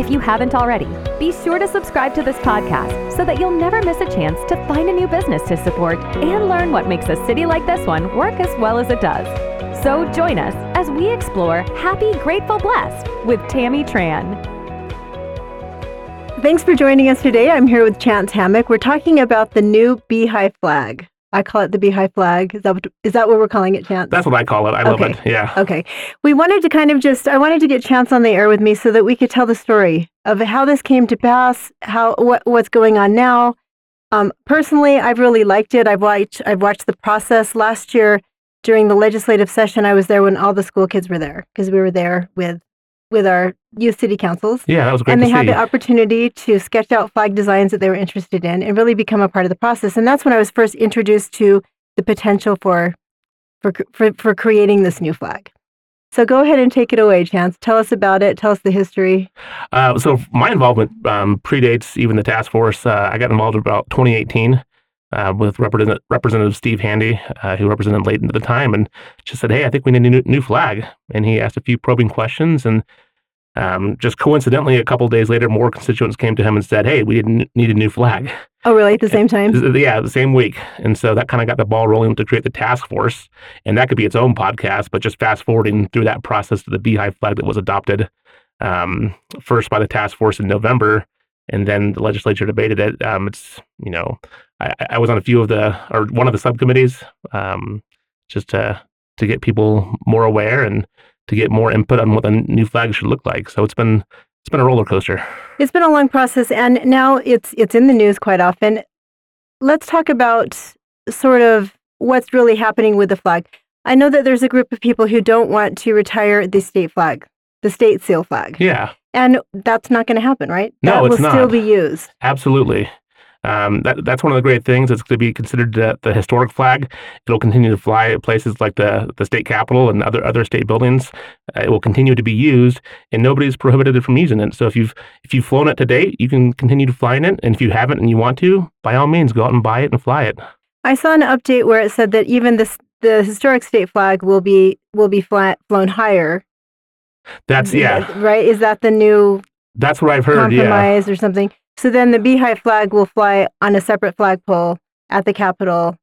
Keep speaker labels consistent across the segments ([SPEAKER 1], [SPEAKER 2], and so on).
[SPEAKER 1] If you haven't already, be sure to subscribe to this podcast so that you'll never miss a chance to find a new business to support and learn what makes a city like this one work as well as it does. So join us as we explore Happy, Grateful, Blessed with Tammy Tran.
[SPEAKER 2] Thanks for joining us today. I'm here with Chance Hammock. We're talking about the new beehive flag. I call it the beehive flag. Is that what, is that what we're calling it, Chance?
[SPEAKER 3] That's what I call it. I love
[SPEAKER 2] Okay.
[SPEAKER 3] it. Yeah.
[SPEAKER 2] Okay. We wanted to kind of just, I wanted to get Chance on the air with me so that we could tell the story of how this came to pass, how what what's going on now. Um, personally, I've really liked it. I've watched I've watched the process last year during the legislative session. I was there when all the school kids were there because we were there with with our youth city councils.
[SPEAKER 3] Yeah, that was great
[SPEAKER 2] and
[SPEAKER 3] to
[SPEAKER 2] they had
[SPEAKER 3] see.
[SPEAKER 2] the uh, opportunity to sketch out flag designs that they were interested in and really become a part of the process. And that's when I was first introduced to the potential for for cr- for, for creating this new flag. So go ahead and take it away, Chance. Tell us about it. Tell us the history.
[SPEAKER 3] Uh, so my involvement um, predates even the task force. Uh, I got involved about 2018 uh, with Represent- Representative Steve Handy, uh, who represented Layton at the time, and just said, "Hey, I think we need a new, new flag." And he asked a few probing questions, and um, just coincidentally, a couple days later, more constituents came to him and said, "Hey, we didn't need a new flag."
[SPEAKER 2] Oh, really? At the same time?
[SPEAKER 3] Yeah, the same week. And so that kind of got the ball rolling to create the task force. And that could be its own podcast, but just fast forwarding through that process to the beehive flag that was adopted um, first by the task force in November. And then the legislature debated it. Um, it's, you know, I, I- I was on a few of the, or one of the subcommittees um, just to, to get people more aware and to get more input on what the new flag should look like. So it's been, it's been a roller coaster.
[SPEAKER 2] It's been a long process, and now it's it's in the news quite often. Let's talk about sort of what's really happening with the flag. I know that there's a group of people who don't want to retire the state flag, the state seal flag.
[SPEAKER 3] Yeah.
[SPEAKER 2] And that's not going to happen, right?
[SPEAKER 3] No,
[SPEAKER 2] that
[SPEAKER 3] it's
[SPEAKER 2] will still
[SPEAKER 3] not.
[SPEAKER 2] be used.
[SPEAKER 3] Absolutely. Um, that, that's one of the great things. It's going to be considered the, the historic flag. It'll continue to fly at places like the, the state capitol and other other state buildings. Uh, it will continue to be used, and nobody's prohibited from using it. So if you've if you've flown it to date, you can continue to fly in it. And if you haven't and you want to, by all means, go out and buy it and fly it.
[SPEAKER 2] I saw an update where it said that even this the historic state flag will be will be fla- flown higher.
[SPEAKER 3] That's yeah.
[SPEAKER 2] Right? Is that the new
[SPEAKER 3] That's what I've heard.
[SPEAKER 2] uh,
[SPEAKER 3] Yeah.
[SPEAKER 2] compromise or something? So then the beehive flag will fly on a separate flagpole at the Capitol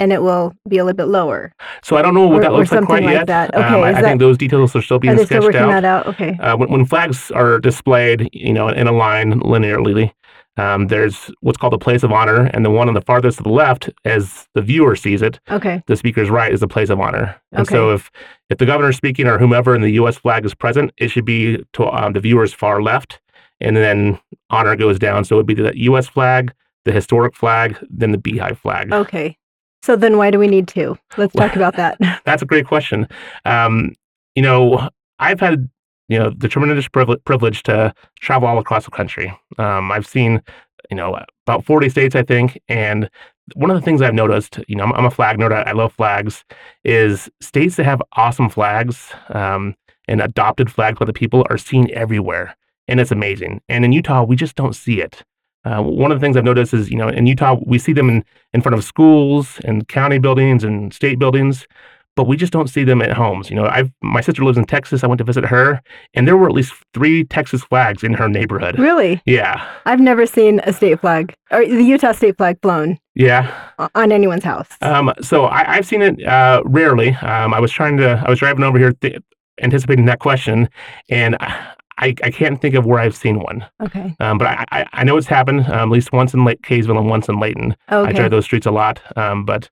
[SPEAKER 2] and it will be a little bit lower.
[SPEAKER 3] So I don't know what
[SPEAKER 2] or-
[SPEAKER 3] that
[SPEAKER 2] or
[SPEAKER 3] looks like
[SPEAKER 2] something
[SPEAKER 3] quite
[SPEAKER 2] like
[SPEAKER 3] yet.
[SPEAKER 2] that.
[SPEAKER 3] Um,
[SPEAKER 2] Okay,
[SPEAKER 3] I,
[SPEAKER 2] is
[SPEAKER 3] I
[SPEAKER 2] that-
[SPEAKER 3] think those details are still being
[SPEAKER 2] Are they still
[SPEAKER 3] sketched
[SPEAKER 2] working
[SPEAKER 3] out.
[SPEAKER 2] that out? Okay.
[SPEAKER 3] Uh, when, when flags are displayed, you know, in a line linearly, um, there's what's called the place of honor, and the one on the farthest to the left, as the viewer sees it,
[SPEAKER 2] Okay.
[SPEAKER 3] the speaker's right is the place of honor. And so,
[SPEAKER 2] Okay.
[SPEAKER 3] if if the governor's speaking or whomever in the U.S. flag is present, it should be to um, the viewer's far left, and then honor goes down. So it would be the U.S. flag, the historic flag, then the beehive flag.
[SPEAKER 2] Okay. So then why do we need two? Let's talk about that.
[SPEAKER 3] That's a great question. Um, you know, I've had you know the tremendous privilege, privilege to travel all across the country. Um, I've seen you know about forty states, I think, and one of the things I've noticed, you know, I'm, I'm a flag nerd. I, I love flags. Is states that have awesome flags um, and adopted flags by the people are seen everywhere, and it's amazing. And in Utah, we just don't see it. Uh, one of the things I've noticed is, you know, in Utah, we see them in, in front of schools and county buildings and state buildings, but we just don't see them at homes. You know, I've my sister lives in Texas. I went to visit her, and there were at least three Texas flags in her neighborhood.
[SPEAKER 2] really?
[SPEAKER 3] Yeah,
[SPEAKER 2] I've never seen a state flag or the Utah state flag flown.
[SPEAKER 3] yeah.
[SPEAKER 2] o- on anyone's house.
[SPEAKER 3] Um, so I, I've seen it uh, rarely. Um, I was trying to. I was driving over here, th- anticipating that question, and I, I I can't think of where I've seen one.
[SPEAKER 2] okay.
[SPEAKER 3] Um, but I, I I know it's happened um, at least once in Lake Kaysville and once in Layton. I
[SPEAKER 2] Okay.
[SPEAKER 3] drive those streets a lot, um, but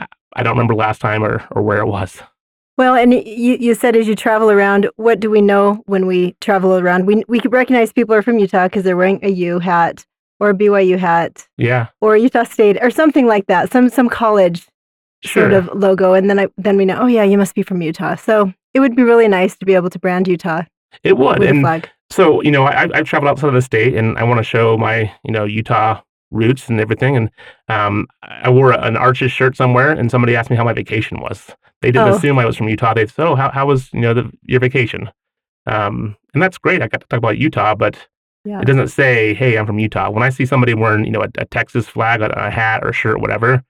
[SPEAKER 3] I, I don't remember last time or or where it was.
[SPEAKER 2] well, and y- you, you said as you travel around, what do we know when we travel around? We we could recognize people are from Utah because they're wearing a U hat or a BYU hat
[SPEAKER 3] Yeah,
[SPEAKER 2] or Utah State or something like that. Some some college
[SPEAKER 3] sure.
[SPEAKER 2] sort of logo, and then I then we know. Oh yeah, you must be from Utah. So it would be really nice to be able to brand Utah
[SPEAKER 3] It would.
[SPEAKER 2] with a
[SPEAKER 3] And
[SPEAKER 2] flag.
[SPEAKER 3] So, you know, I, I've traveled outside of the state and I want to show my, you know, Utah roots and everything. And um, I wore an Arches shirt somewhere, and somebody asked me how my vacation was. They didn't
[SPEAKER 2] Oh.
[SPEAKER 3] assume I was from Utah. They said, "Oh, how, how was you know the, your vacation?" Um, and that's great. I got to talk about Utah, but
[SPEAKER 2] Yeah.
[SPEAKER 3] it doesn't say, "Hey, I'm from Utah." When I see somebody wearing you know a, a Texas flag, a, a hat or shirt, whatever,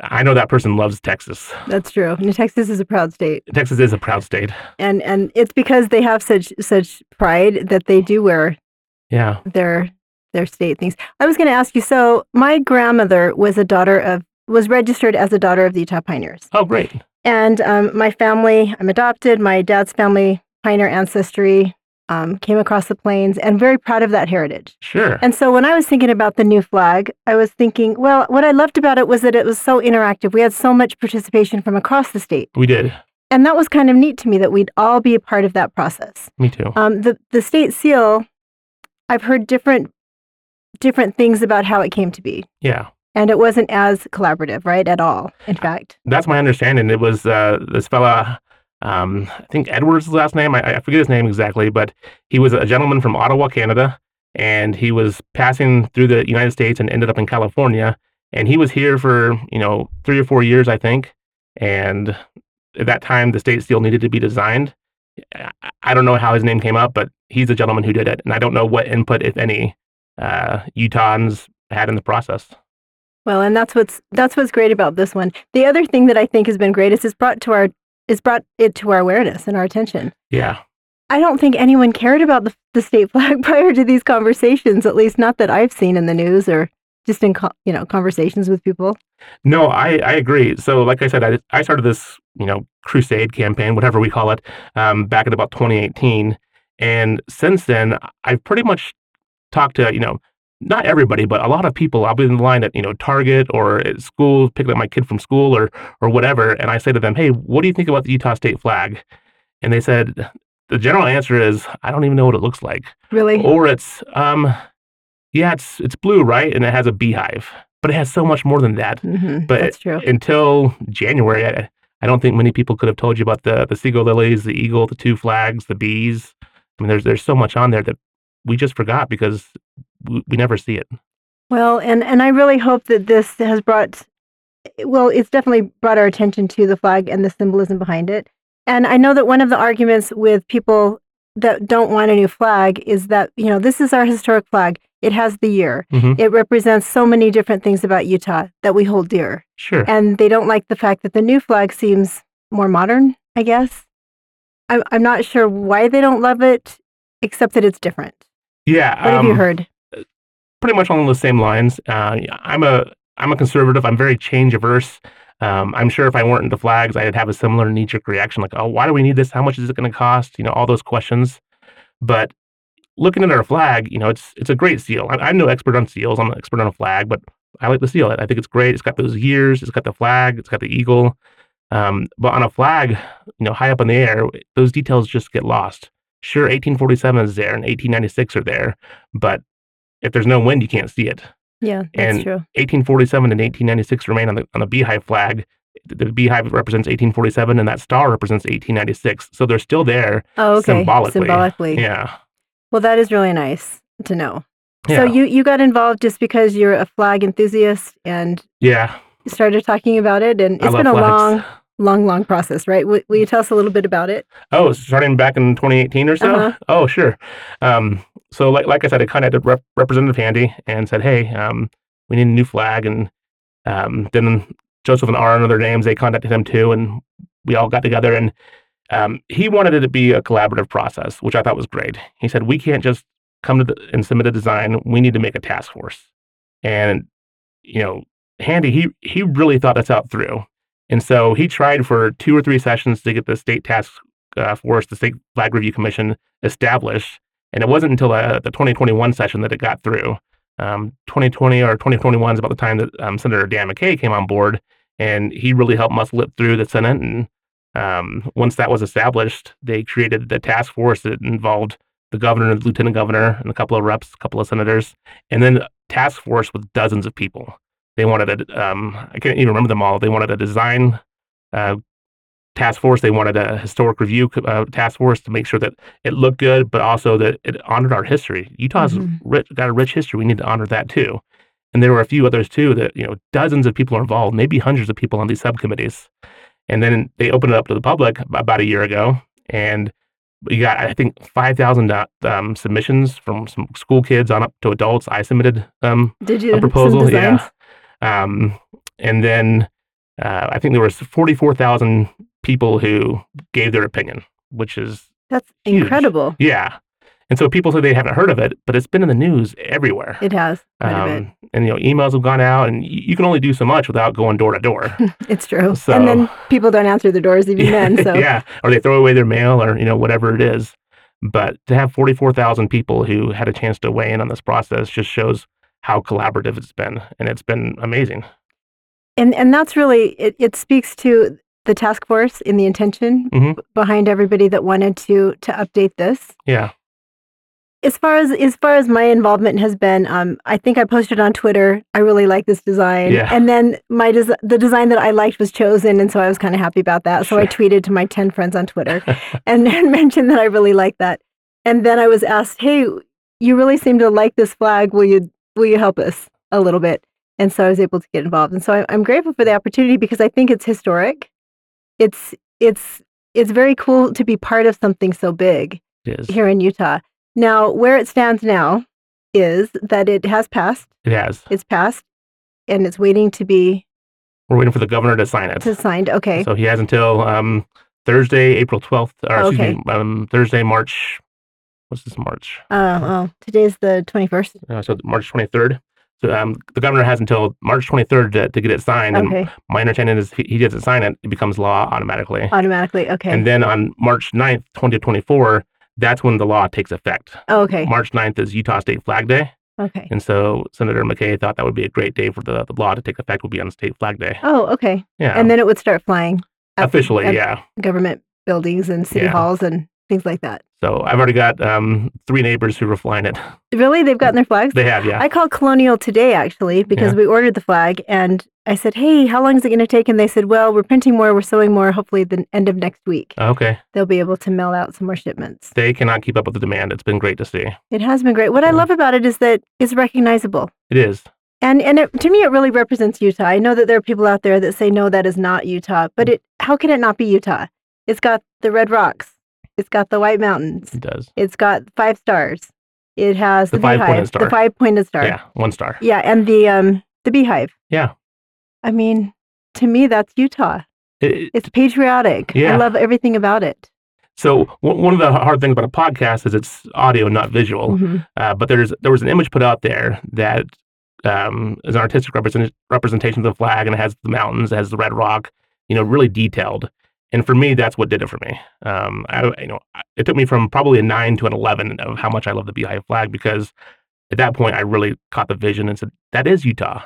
[SPEAKER 3] I know that person loves Texas.
[SPEAKER 2] That's true. And Texas is a proud state,
[SPEAKER 3] Texas is a proud state.
[SPEAKER 2] and and it's because they have such such pride that they do wear
[SPEAKER 3] Yeah.
[SPEAKER 2] their their state things. I was going to ask you. So my grandmother was a daughter of was registered as a daughter of the Utah Pioneers,
[SPEAKER 3] Oh, great.
[SPEAKER 2] and um, my family. I'm adopted. My dad's family pioneer ancestry um, came across the plains, and very proud of that heritage.
[SPEAKER 3] Sure.
[SPEAKER 2] And so when I was thinking about the new flag, I was thinking, well, what I loved about it was that it was so interactive. We had so much participation from across the state.
[SPEAKER 3] we did.
[SPEAKER 2] And that was kind of neat to me that we'd all be a part of that process.
[SPEAKER 3] Me too.
[SPEAKER 2] Um, the, the state seal, I've heard different, different things about how it came to be.
[SPEAKER 3] Yeah.
[SPEAKER 2] And it wasn't as collaborative, right, at all, in fact.
[SPEAKER 3] that's my understanding. It was uh, this fella, um, I think Edwards' is his last name. I, I forget his name exactly, but he was a gentleman from Ottawa, Canada, and he was passing through the United States and ended up in California. And he was here for you know three or four years, I think. And at that time, the state seal needed to be designed. I, I don't know how his name came up, but he's the gentleman who did it, and I don't know what input, if any, uh, Utahns had in the process.
[SPEAKER 2] Well, and that's what's that's what's great about this one. The other thing that I think has been great is it's brought to our it's brought it to our awareness and our attention.
[SPEAKER 3] Yeah,
[SPEAKER 2] I don't think anyone cared about the, the state flag prior to these conversations, at least not that I've seen in the news or just in co- you know conversations with people.
[SPEAKER 3] No, I, I agree. So, like I said, I, I started this, you know, crusade campaign, whatever we call it, um, back in about 2018. And since then, I've pretty much talked to, you know, not everybody, but a lot of people. I'll be in line at, you know, Target or at school, picking up my kid from school or or whatever. And I say to them, hey, what do you think about the Utah state flag? And they said, the general answer is, I don't even know what it looks like.
[SPEAKER 2] Really?
[SPEAKER 3] Or it's, um, yeah, it's it's blue, right? And it has a beehive, but it has so much more than that
[SPEAKER 2] hmm
[SPEAKER 3] but-
[SPEAKER 2] That's true.
[SPEAKER 3] until January, I, I don't think many people could have told you about the the seagull lilies, the eagle, the two flags, the bees. I mean, there's there's so much on there that we just forgot because we, we never see it.
[SPEAKER 2] Well, and and I really hope that this has brought well, it's definitely brought our attention to the flag and the symbolism behind it. And I know that one of the arguments with people that don't want a new flag is that, you know, this is our historic flag. It has the year.
[SPEAKER 3] Mhm.
[SPEAKER 2] It represents so many different things about Utah that we hold dear.
[SPEAKER 3] Sure.
[SPEAKER 2] and they don't like the fact that the new flag seems more modern, I guess. I'm, I'm not sure why they don't love it, except that it's different.
[SPEAKER 3] yeah. um,
[SPEAKER 2] What have you heard?
[SPEAKER 3] pretty much along those same lines. Uh, I'm a I'm a conservative. I'm very change averse. Um, I'm sure if I weren't into flags, I'd have a similar knee jerk reaction like, oh, why do we need this? How much is it going to cost? You know, all those questions. But looking at our flag, you know, it's it's a great seal. I, I'm no expert on seals. I'm an expert on a flag, but I like the seal. I think it's great. It's got those years. It's got the flag. It's got the eagle. Um, but on a flag, you know, high up in the air, those details just get lost. Sure, 1847 is there and 1896 are there, but if there's no wind, you can't see it.
[SPEAKER 2] Yeah, that's
[SPEAKER 3] that's and-
[SPEAKER 2] true.
[SPEAKER 3] 1847 and 1896 remain on the on the beehive flag. The the beehive represents 1847, and that star represents 1896. So they're still there.
[SPEAKER 2] Oh, okay.
[SPEAKER 3] symbolically,
[SPEAKER 2] Symbolically.
[SPEAKER 3] Yeah.
[SPEAKER 2] Well, that is really nice to know.
[SPEAKER 3] Yeah.
[SPEAKER 2] So you, you got involved just because you're a flag enthusiast and
[SPEAKER 3] yeah.
[SPEAKER 2] started talking about it, and
[SPEAKER 3] I
[SPEAKER 2] it's
[SPEAKER 3] love
[SPEAKER 2] been a
[SPEAKER 3] flags.
[SPEAKER 2] long, long, long process, right? Will, will you tell us a little bit about it?
[SPEAKER 3] Oh, starting back in 2018 or so.
[SPEAKER 2] Uh-huh.
[SPEAKER 3] Oh, sure. Um, so, like, like I said, I contacted Rep- Representative Handy and said, "Hey, um, we need a new flag." And um, then Joseph and R and other names they contacted him too, and we all got together. And um, he wanted it to be a collaborative process, which I thought was great. He said, "We can't just come to the, and submit a design. We need to make a task force." And you know, Handy he he really thought this out through. And so he tried for two or three sessions to get the state task uh, force, the State Flag Review Commission, established. And it wasn't until uh, the 2021 session that it got through. Um, 2020 or 2021 is about the time that um, Senator Dan McKay came on board, and he really helped muscle it through the Senate. And um, once that was established, they created the task force that involved the governor, the lieutenant governor, and a couple of reps, a couple of senators, and then a task force with dozens of people. They wanted a, um, I can't even remember them all. They wanted a design uh, task force. They wanted a historic review co- uh, task force to make sure that it looked good, but also that it honored our history. Utah's
[SPEAKER 2] Mhm.
[SPEAKER 3] rich, got a rich history. We need to honor that too. And there were a few others too that, you know, dozens of people are involved, maybe hundreds of people on these subcommittees. And then they opened it up to the public about a year ago. And we got, I think, 5,000 um, submissions from some school kids on up to adults. I submitted um,
[SPEAKER 2] Did you
[SPEAKER 3] a proposal.
[SPEAKER 2] Some designs?
[SPEAKER 3] Yeah. Um, and then uh, I think there was 44,000 people who gave their opinion, which is,
[SPEAKER 2] That's
[SPEAKER 3] Huge.
[SPEAKER 2] incredible.
[SPEAKER 3] yeah. And so people say they haven't heard of it, but it's been in the news everywhere.
[SPEAKER 2] It has. Quite a bit.
[SPEAKER 3] Um, and you know, emails have gone out, and y- you can only do so much without going door to door.
[SPEAKER 2] It's true.
[SPEAKER 3] so-
[SPEAKER 2] and then people don't answer the doors even then. So
[SPEAKER 3] yeah, or they throw away their mail, or you know, whatever it is. But to have forty-four thousand people who had a chance to weigh in on this process just shows how collaborative it's been, and it's been amazing.
[SPEAKER 2] and and that's really it, it speaks to the task force and the intention
[SPEAKER 3] Mhm.
[SPEAKER 2] b- behind everybody that wanted to to update this.
[SPEAKER 3] Yeah,
[SPEAKER 2] As far as as far as my involvement has been, um, I think I posted on Twitter. I really like this design,
[SPEAKER 3] Yeah.
[SPEAKER 2] and then my des- the design that I liked was chosen, and so I was kind of happy about that. So I
[SPEAKER 3] Sure.
[SPEAKER 2] tweeted to my ten friends on Twitter, and, and mentioned that I really liked that. And then I was asked, "Hey, you really seem to like this flag. Will you will you help us a little bit?" And so I was able to get involved, and so I, I'm grateful for the opportunity because I think it's historic. It's it's it's very cool to be part of something so big
[SPEAKER 3] it is.
[SPEAKER 2] here in Utah. Now, where it stands now is that it has passed.
[SPEAKER 3] It has.
[SPEAKER 2] It's passed, and it's waiting to be
[SPEAKER 3] We're waiting for the governor to sign it.
[SPEAKER 2] to signed. Okay,
[SPEAKER 3] So he has until um, Thursday, April twelfth, or
[SPEAKER 2] Oh,
[SPEAKER 3] excuse
[SPEAKER 2] okay.
[SPEAKER 3] me, um, Thursday, March. What's this March?
[SPEAKER 2] uh, well, today's the twenty first.
[SPEAKER 3] Uh, so March twenty third. So um, the governor has until March twenty third to, to get it signed, and
[SPEAKER 2] Okay,
[SPEAKER 3] My understanding is he, he doesn't sign it, it becomes law automatically.
[SPEAKER 2] automatically. Okay.
[SPEAKER 3] And then on March 9th, 2024, that's when the law takes effect.
[SPEAKER 2] oh, okay.
[SPEAKER 3] March 9th is Utah State Flag Day.
[SPEAKER 2] Okay.
[SPEAKER 3] And so Senator McKay thought that would be a great day for the, the law to take effect, would be on State Flag Day.
[SPEAKER 2] Oh, okay.
[SPEAKER 3] Yeah.
[SPEAKER 2] And then uh, it would start flying at-
[SPEAKER 3] officially,
[SPEAKER 2] at
[SPEAKER 3] yeah.
[SPEAKER 2] Government buildings and city
[SPEAKER 3] Yeah.
[SPEAKER 2] halls and things like that.
[SPEAKER 3] So I've already got um, three neighbors who were flying it.
[SPEAKER 2] Really, they've gotten their flags.
[SPEAKER 3] They have, yeah.
[SPEAKER 2] I called Colonial today actually because we ordered the flag and I said, "Hey, how long is it going to take?" And they said, "Well, we're printing more, we're sewing more. Hopefully, at the end of next week,
[SPEAKER 3] okay.
[SPEAKER 2] they'll be able to mail out some more shipments."
[SPEAKER 3] They cannot keep up with the demand. It's been great to see.
[SPEAKER 2] It has been great. What I
[SPEAKER 3] Yeah.
[SPEAKER 2] love about it is that it's recognizable,
[SPEAKER 3] It is.
[SPEAKER 2] and and it, to me, it really represents Utah. I know that there are people out there that say, "No, that is not Utah," but it how can it not be Utah? It's got the red rocks, it's got the white mountains,
[SPEAKER 3] It does.
[SPEAKER 2] it's got five stars, it has
[SPEAKER 3] The
[SPEAKER 2] the,
[SPEAKER 3] five-pointed
[SPEAKER 2] beehive,
[SPEAKER 3] star.
[SPEAKER 2] the five pointed star,
[SPEAKER 3] Yeah. One star.
[SPEAKER 2] Yeah, and the um the beehive.
[SPEAKER 3] Yeah.
[SPEAKER 2] I mean, to me, that's Utah.
[SPEAKER 3] It-
[SPEAKER 2] It's patriotic.
[SPEAKER 3] Yeah.
[SPEAKER 2] I love everything about it.
[SPEAKER 3] so one one of the hard things about a podcast is it's audio, not visual.
[SPEAKER 2] Mhm.
[SPEAKER 3] Uh, but there's there was an image put out there that um, is an artistic represent- representation of the flag, and it has the mountains, it has the red rock, you know, really detailed. And for me, that's what did it for me. Um, I, you know, I- it took me from probably a nine to an eleven of how much I love the Beehive flag because at that point I really caught the vision and said that is Utah.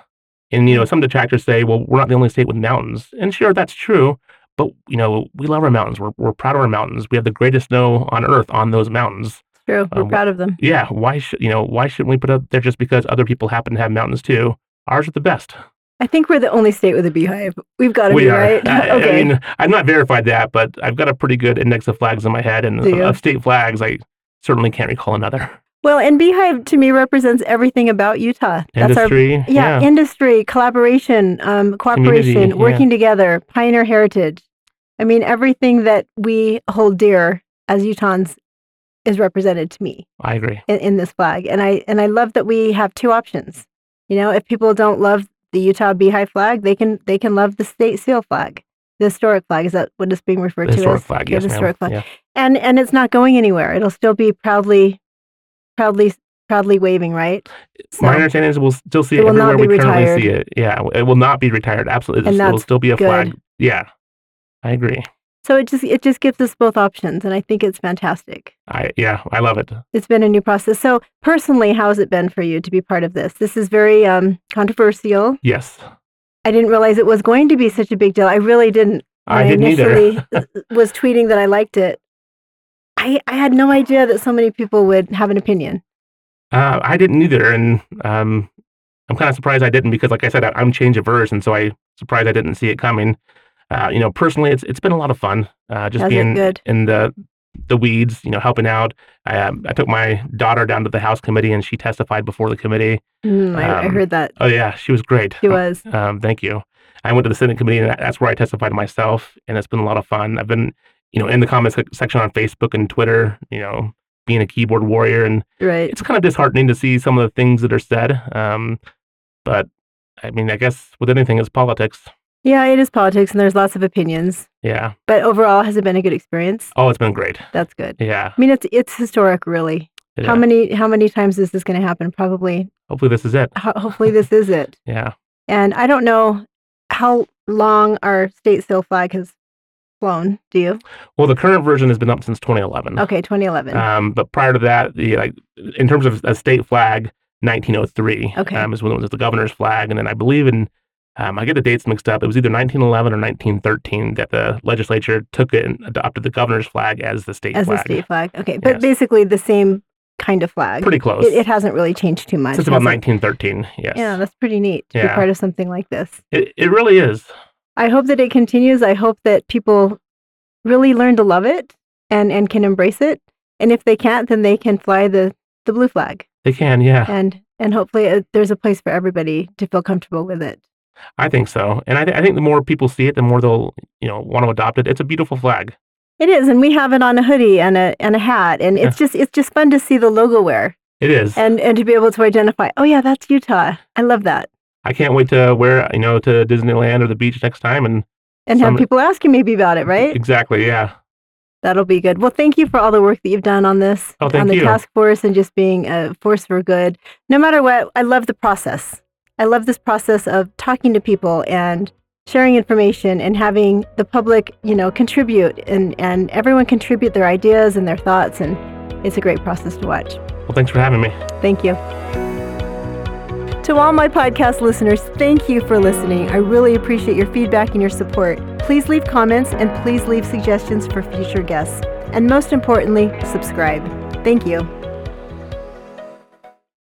[SPEAKER 3] And you know, some detractors say, well, we're not the only state with mountains, and sure, that's true. But you know, we love our mountains. We're, we're proud of our mountains. We have the greatest snow on earth on those mountains
[SPEAKER 2] True. We're
[SPEAKER 3] Um,
[SPEAKER 2] proud of them.
[SPEAKER 3] yeah, why should you know why shouldn't we put up there just because other people happen to have mountains too? Ours are the best.
[SPEAKER 2] I think we're the only state with a beehive. We've got to
[SPEAKER 3] we
[SPEAKER 2] be
[SPEAKER 3] are.
[SPEAKER 2] right.
[SPEAKER 3] I, I mean, I've not verified that, but I've got a pretty good index of flags in my head, and
[SPEAKER 2] Do you?
[SPEAKER 3] of state flags, I certainly can't recall another
[SPEAKER 2] well, and beehive to me represents everything about Utah. That's our
[SPEAKER 3] industry.
[SPEAKER 2] yeah, industry collaboration, um, cooperation,
[SPEAKER 3] Community,
[SPEAKER 2] working together, pioneer heritage. I mean, everything that we hold dear as Utahns is represented to me.
[SPEAKER 3] I agree.
[SPEAKER 2] in, in this flag. And I and I love that we have two options. You know, if people don't love the Utah Beehive flag, they can they can love the state seal flag, the historic flag. Is that what it's being referred
[SPEAKER 3] The
[SPEAKER 2] to
[SPEAKER 3] historic
[SPEAKER 2] as?
[SPEAKER 3] flag,
[SPEAKER 2] Yeah,
[SPEAKER 3] yes,
[SPEAKER 2] the
[SPEAKER 3] ma'am.
[SPEAKER 2] historic flag.
[SPEAKER 3] Yeah.
[SPEAKER 2] And and it's not going anywhere. It'll still be proudly, proudly, proudly waving, right?
[SPEAKER 3] My
[SPEAKER 2] So-
[SPEAKER 3] understanding is we'll still see
[SPEAKER 2] It
[SPEAKER 3] it,
[SPEAKER 2] will not
[SPEAKER 3] everywhere we
[SPEAKER 2] be
[SPEAKER 3] currently see it. Yeah, it will not be retired. Absolutely,
[SPEAKER 2] And
[SPEAKER 3] it will
[SPEAKER 2] that's
[SPEAKER 3] still be a
[SPEAKER 2] good.
[SPEAKER 3] flag. Yeah, I agree.
[SPEAKER 2] so it just it just gives us both options, and I think it's fantastic.
[SPEAKER 3] I yeah, I love it.
[SPEAKER 2] It's been a new process. So personally, how has it been for you to be part of this? This is very um, controversial.
[SPEAKER 3] Yes,
[SPEAKER 2] I didn't realize it was going to be such a big deal. I really didn't.
[SPEAKER 3] I
[SPEAKER 2] when
[SPEAKER 3] didn't either.
[SPEAKER 2] initially was tweeting that I liked it. I, I had no idea that so many people would have an opinion.
[SPEAKER 3] Uh, I didn't either, and um, I'm kind of surprised I didn't because, like I said, I, I'm change averse, and so I surprised I didn't see it coming. Uh, you know, personally, it's it's been a lot of fun, uh, just
[SPEAKER 2] Has it
[SPEAKER 3] being
[SPEAKER 2] good?
[SPEAKER 3] in the the weeds, you know, helping out. I, um, I took my daughter down to the House committee and she testified before the committee.
[SPEAKER 2] Mm, I, I
[SPEAKER 3] Um,
[SPEAKER 2] heard that.
[SPEAKER 3] Oh yeah, she was great.
[SPEAKER 2] She was.
[SPEAKER 3] Um, thank you. I went to the Senate committee, and that- that's where I testified myself, and it's been a lot of fun. I've been, you know, in the comments sec- section on Facebook and Twitter, you know, being a keyboard warrior, and
[SPEAKER 2] Right.
[SPEAKER 3] it's kind of disheartening to see some of the things that are said. Um, but I mean, I guess with anything, it's politics.
[SPEAKER 2] Yeah, it is politics and there's lots of opinions.
[SPEAKER 3] Yeah.
[SPEAKER 2] But overall, has it been a good experience?
[SPEAKER 3] Oh, it's been great.
[SPEAKER 2] That's good.
[SPEAKER 3] Yeah.
[SPEAKER 2] I mean, it's it's historic, really.
[SPEAKER 3] yeah.
[SPEAKER 2] How many how many times is this going to happen? Probably.
[SPEAKER 3] Hopefully, this is it.
[SPEAKER 2] Ho- hopefully, this is it.
[SPEAKER 3] Yeah.
[SPEAKER 2] And I don't know how long our state sail flag has flown. Do you?
[SPEAKER 3] Well, the current version has been up since 2011.
[SPEAKER 2] Okay, 2011.
[SPEAKER 3] Um, but prior to that, the, like in terms of a state flag, 1903
[SPEAKER 2] Okay.
[SPEAKER 3] um, is when it was the governor's flag, and then I believe in um, I get the dates mixed up. It was either 1911 or 1913 that the legislature took it and adopted the governor's flag as the state
[SPEAKER 2] as
[SPEAKER 3] flag.
[SPEAKER 2] a state flag. Okay, but
[SPEAKER 3] Yes.
[SPEAKER 2] basically the same kind of flag.
[SPEAKER 3] Pretty close.
[SPEAKER 2] It, it hasn't really changed too much.
[SPEAKER 3] Since about
[SPEAKER 2] has it?
[SPEAKER 3] 1913. Yes.
[SPEAKER 2] Yeah, that's pretty neat to be
[SPEAKER 3] Yeah.
[SPEAKER 2] part of something like this.
[SPEAKER 3] It, it really is.
[SPEAKER 2] I hope that it continues. I hope that people really learn to love it and, and can embrace it. And if they can't, then they can fly the, the blue flag.
[SPEAKER 3] They can. Yeah.
[SPEAKER 2] And and hopefully uh, there's a place for everybody to feel comfortable with it.
[SPEAKER 3] I think so. And I, th- I think the more people see it, the more they'll you know want to adopt it. It's a beautiful flag.
[SPEAKER 2] It is, and we have it on a hoodie and a and a hat, and it's just it's just fun to see the logo wear
[SPEAKER 3] It is.
[SPEAKER 2] and and to be able to identify. Oh yeah, that's Utah. I love that.
[SPEAKER 3] I can't wait to wear you know to Disneyland or the beach next time and
[SPEAKER 2] And
[SPEAKER 3] Some-
[SPEAKER 2] have people asking maybe about it, right?
[SPEAKER 3] exactly yeah.
[SPEAKER 2] That'll be good. Well, thank you for all the work that you've done on this,
[SPEAKER 3] Oh,
[SPEAKER 2] on
[SPEAKER 3] thank
[SPEAKER 2] the
[SPEAKER 3] you.
[SPEAKER 2] task force, and just being a force for good. No matter what, I love the process. I love this process of talking to people and sharing information and having the public, you know, contribute and, and everyone contribute their ideas and their thoughts. And it's a great process to watch.
[SPEAKER 3] Well, thanks for having me.
[SPEAKER 2] Thank you. To all my podcast listeners, thank you for listening. I really appreciate your feedback and your support. Please leave comments and please leave suggestions for future guests. And most importantly, subscribe. Thank you.